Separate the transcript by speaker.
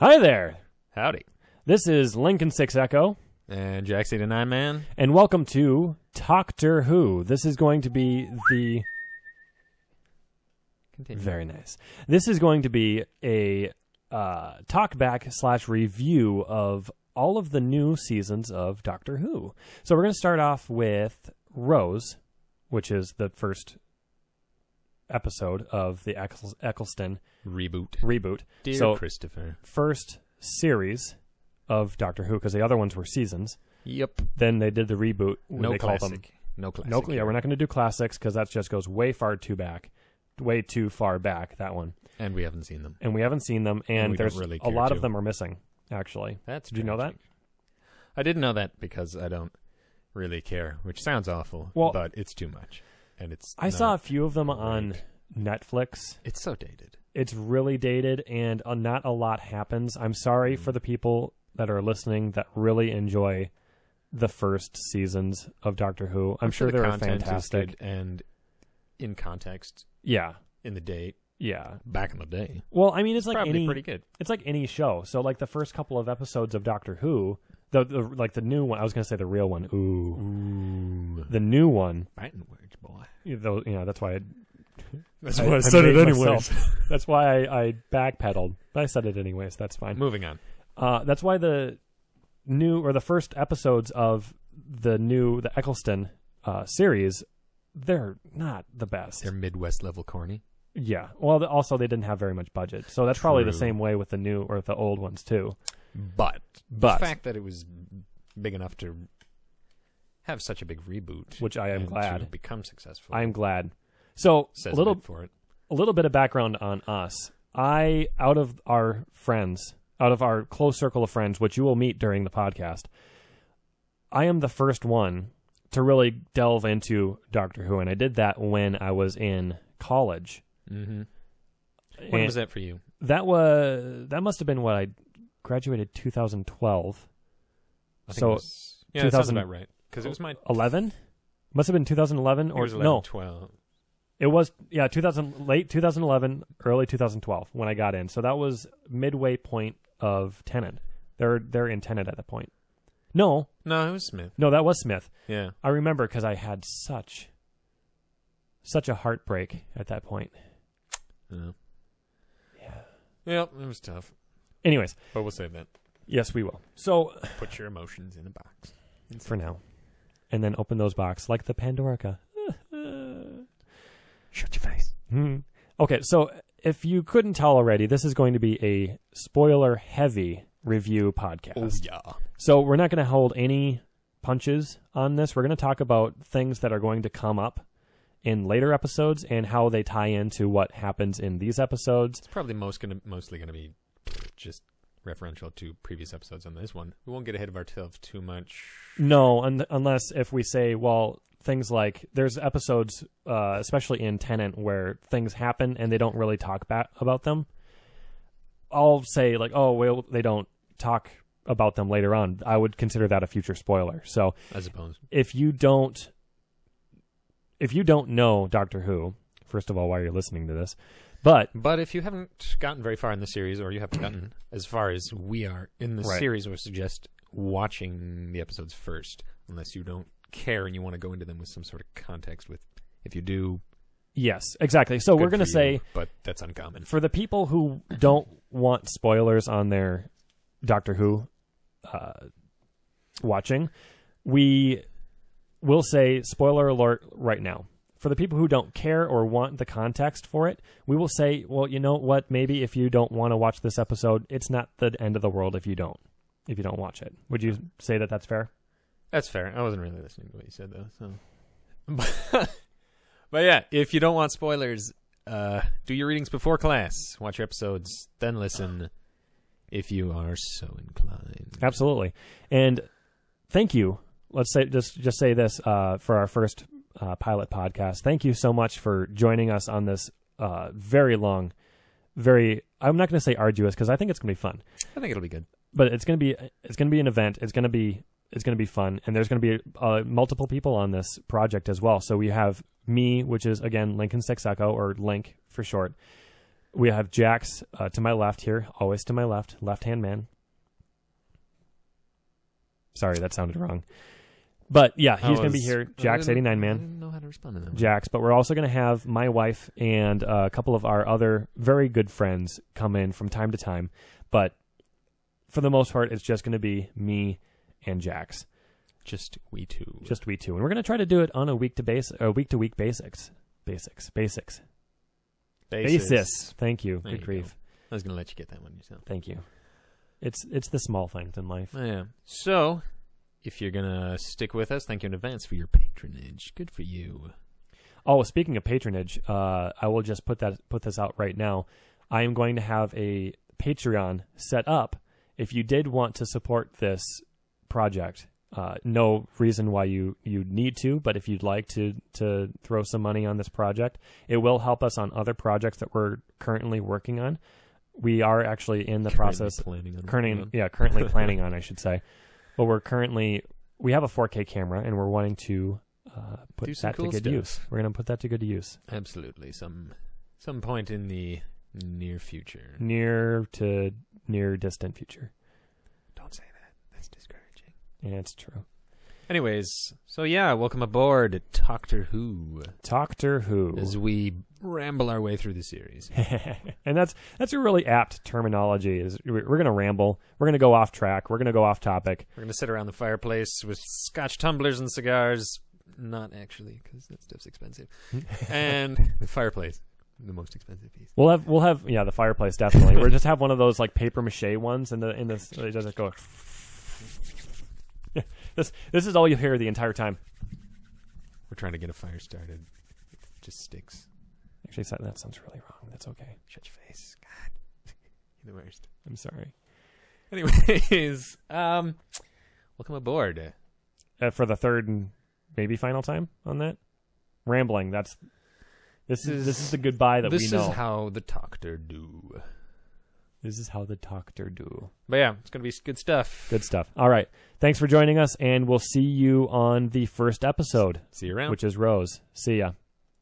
Speaker 1: Hi there.
Speaker 2: Howdy.
Speaker 1: This is Lincoln Six Echo,
Speaker 2: And Jaxie the Nine Man.
Speaker 1: and welcome to Doctor Who. This is going to be the
Speaker 2: Continue.
Speaker 1: very nice. This is going to be a uh, talk back slash review of all of the new seasons of Doctor Who. So we're going to start off with Rose, which is the first episode of the Eccles- Eccleston
Speaker 2: Reboot.
Speaker 1: reboot.
Speaker 2: Dear
Speaker 1: so
Speaker 2: Christopher.
Speaker 1: first series of Doctor Who because the other ones were seasons.
Speaker 2: Yep.
Speaker 1: Then they did the reboot. when
Speaker 2: No
Speaker 1: they call them-
Speaker 2: classic. No classic.
Speaker 1: no, yeah, we're not going to do classics because that just goes way far too back, way too far back that one,
Speaker 2: And we haven't seen them.
Speaker 1: and we haven't seen them.
Speaker 2: And
Speaker 1: And,
Speaker 2: we don't
Speaker 1: there's
Speaker 2: really
Speaker 1: a
Speaker 2: care
Speaker 1: lot
Speaker 2: to.
Speaker 1: of them are missing actually.
Speaker 2: That's
Speaker 1: Did you know
Speaker 2: tragic. I didn't know that because I don't really care, which sounds awful,
Speaker 1: Well-
Speaker 2: but it's too much. And it's
Speaker 1: I saw a
Speaker 2: not-
Speaker 1: few of them on Netflix.
Speaker 2: It's so dated.
Speaker 1: It's really dated, and uh, not a lot happens. I'm
Speaker 2: Mm.
Speaker 1: sorry for the people that are listening that really enjoy the first seasons of Doctor Who. I'm sure
Speaker 2: the
Speaker 1: they're
Speaker 2: content is
Speaker 1: fantastic.
Speaker 2: good and in context,
Speaker 1: Yeah,
Speaker 2: in the day,
Speaker 1: yeah.
Speaker 2: back in the day,
Speaker 1: Well, I mean, it's like
Speaker 2: probably
Speaker 1: any
Speaker 2: pretty good.
Speaker 1: it's like any show. So like the first couple of episodes of Doctor Who, the, the like the new one. I was gonna say the real one. Ooh,
Speaker 2: Ooh.
Speaker 1: the new one.
Speaker 2: Fighting words, boy.
Speaker 1: You know, you know, that's why I,
Speaker 2: That's
Speaker 1: I-
Speaker 2: why I,
Speaker 1: I
Speaker 2: said it
Speaker 1: made
Speaker 2: anyways.
Speaker 1: that's why I, I backpedaled. But I said it anyways. That's fine.
Speaker 2: Moving on.
Speaker 1: Uh, that's why the new or the first episodes of the new the Eccleston uh, series, they're not the best.
Speaker 2: They're Midwest level corny.
Speaker 1: yeah. Well, th- also they didn't have very much budget, so that's probably the
Speaker 2: True.
Speaker 1: same way with the new or the old ones too.
Speaker 2: But,
Speaker 1: But-
Speaker 2: the fact that it was big enough to have such a big reboot,
Speaker 1: Which I am
Speaker 2: and to
Speaker 1: glad.
Speaker 2: become successful,
Speaker 1: I'm glad. So
Speaker 2: says
Speaker 1: a little
Speaker 2: bit for it.
Speaker 1: a little bit of background on us. I, out of our friends, out of our close circle of friends, which you will meet during the podcast, I am the first one to really delve into Doctor Who, and I did that when I was in college.
Speaker 2: Mm-hmm. When
Speaker 1: And
Speaker 2: was that for you?
Speaker 1: That was that must have been what I graduated 2012,
Speaker 2: I think
Speaker 1: So,
Speaker 2: it was, yeah, that sounds
Speaker 1: 2000
Speaker 2: about right. Because it was my
Speaker 1: 11. Must have been 2011
Speaker 2: it
Speaker 1: or
Speaker 2: was 11,
Speaker 1: Oh, no,
Speaker 2: 12.
Speaker 1: it was yeah 2000 late 2011 early 2012 when i got in so that was midway point of tenant they're they're in tenant at that point no
Speaker 2: No, it was Smith.
Speaker 1: no that was smith
Speaker 2: Yeah,
Speaker 1: i remember because i had such such a heartbreak at that point
Speaker 2: yeah, Yep, it was tough,
Speaker 1: anyways
Speaker 2: but we'll save that.
Speaker 1: yes we will so
Speaker 2: Put your emotions in a box.
Speaker 1: for now and then open those box like the pandorica
Speaker 2: Shut your face.
Speaker 1: Hmm. Okay, so if you couldn't tell already, this is going to be a spoiler heavy review podcast.
Speaker 2: Oh yeah.
Speaker 1: So we're not going to hold any punches on this. We're going to talk about things that are going to come up in later episodes and how they tie into what happens in these episodes.
Speaker 2: It's probably most gonna mostly gonna be just referential to previous episodes on this one. We won't get ahead of ourselves too much.
Speaker 1: No, un- unless if we say, well, things like there's episodes, uh, especially in Tenant, where things happen and they don't really talk ba- about them. I'll say like, oh, well, they don't talk about them later on. I would consider that a future spoiler. So
Speaker 2: I suppose.
Speaker 1: if you don't if you don't know Doctor Who, first of all, why you're listening to this, but
Speaker 2: But if you haven't gotten very far in the series, or you haven't gotten as far as we are in the
Speaker 1: Right.
Speaker 2: series, we suggest watching the episodes first, unless you don't care and you want to go into them with some sort of context. With if you do,
Speaker 1: yes, exactly. So we're
Speaker 2: good
Speaker 1: going to
Speaker 2: for you,
Speaker 1: say
Speaker 2: but that's uncommon.
Speaker 1: for the people who don't want spoilers on their Doctor Who uh, watching, we will say spoiler alert right now. For the people who don't care or want the context for it, we will say, well, you know what? Maybe if you don't want to watch this episode, it's not the end of the world if you don't if you don't watch it. Would you say that that's fair?
Speaker 2: That's fair. I wasn't really listening to what you said though. So, but yeah, if you don't want spoilers, uh, do your readings before class. Watch your episodes, then listen, if you are so inclined.
Speaker 1: Absolutely. And thank you. Let's say just just say this uh, for our first uh, pilot podcast. Thank you so much for joining us on this uh, very long, very. I'm not going to say arduous because I think it's going to be fun,
Speaker 2: I think it'll be good.
Speaker 1: but it's going to be it's going to be an event. It's going to be it's going to be fun, and there's going to be uh, multiple people on this project as well. So we have me, which is again Lincoln Sexeco or Link for short. We have Jax uh, to my left here, always to my left, left hand man. Sorry, that sounded wrong. But yeah, he's going to be here. Jax, 89
Speaker 2: I
Speaker 1: man.
Speaker 2: didn't know how to respond to that. one.
Speaker 1: Jax, but we're also going to have my wife and uh, a couple of our other very good friends come in from time to time. But for the most part, it's just going to be me and Jax,
Speaker 2: Just we two.
Speaker 1: just we two, and we're going to try to do it on a week to base, a week to week basics, basics, basics,
Speaker 2: Basis.
Speaker 1: basis. Thank you.
Speaker 2: There
Speaker 1: good
Speaker 2: you
Speaker 1: grief.
Speaker 2: I was gonna let you get that one yourself.
Speaker 1: Thank you. It's it's the small things in life.
Speaker 2: I am. So, if you're gonna stick with us, thank you in advance for your patronage. Good for you.
Speaker 1: Oh, speaking of patronage, uh, I will just put that put this out right now. I am going to have a Patreon set up. If you did want to support this project, uh, no reason why you you need to, but if you'd like to to throw some money on this project, it will help us on other projects that we're currently working on. We are actually in the process
Speaker 2: Currently planning on
Speaker 1: currently yeah currently planning on i should say but we're currently we have a 4k camera and we're wanting to uh, put
Speaker 2: Do some
Speaker 1: that
Speaker 2: cool
Speaker 1: to good
Speaker 2: stuff.
Speaker 1: use we're going to put that to good use
Speaker 2: Absolutely. Some some point in the near future.
Speaker 1: near to near distant future
Speaker 2: Don't say that. That's discouraging.
Speaker 1: yeah it's true
Speaker 2: Anyways, so yeah, welcome aboard Doctor Who
Speaker 1: doctor who
Speaker 2: as we ramble our way through the series.
Speaker 1: and that's that's a really apt terminology is we're going to ramble we're going to go off track we're going to go off topic
Speaker 2: We're going to sit around the fireplace with scotch tumblers and cigars. Not actually, because that stuff's expensive. and the fireplace, the most expensive piece.
Speaker 1: we'll have we'll have yeah the fireplace definitely we'll just have one of those like paper mache ones and the in the it doesn't go this this is all you hear the entire time
Speaker 2: We're trying to get a fire started. It just sticks.
Speaker 1: Actually, so- that sounds really wrong. That's okay.
Speaker 2: Shut your face. God. You're the worst.
Speaker 1: I'm sorry.
Speaker 2: Anyways, um, welcome aboard.
Speaker 1: Uh, for the third and maybe final time on that, rambling. That's this is this is the goodbye that
Speaker 2: this
Speaker 1: we know.
Speaker 2: is how the doctor do.
Speaker 1: this is how the doctor do.
Speaker 2: But yeah, it's going to be good stuff.
Speaker 1: Good stuff. All right. Thanks for joining us, and we'll see you on the first episode,
Speaker 2: See you around.
Speaker 1: which is Rose. See ya.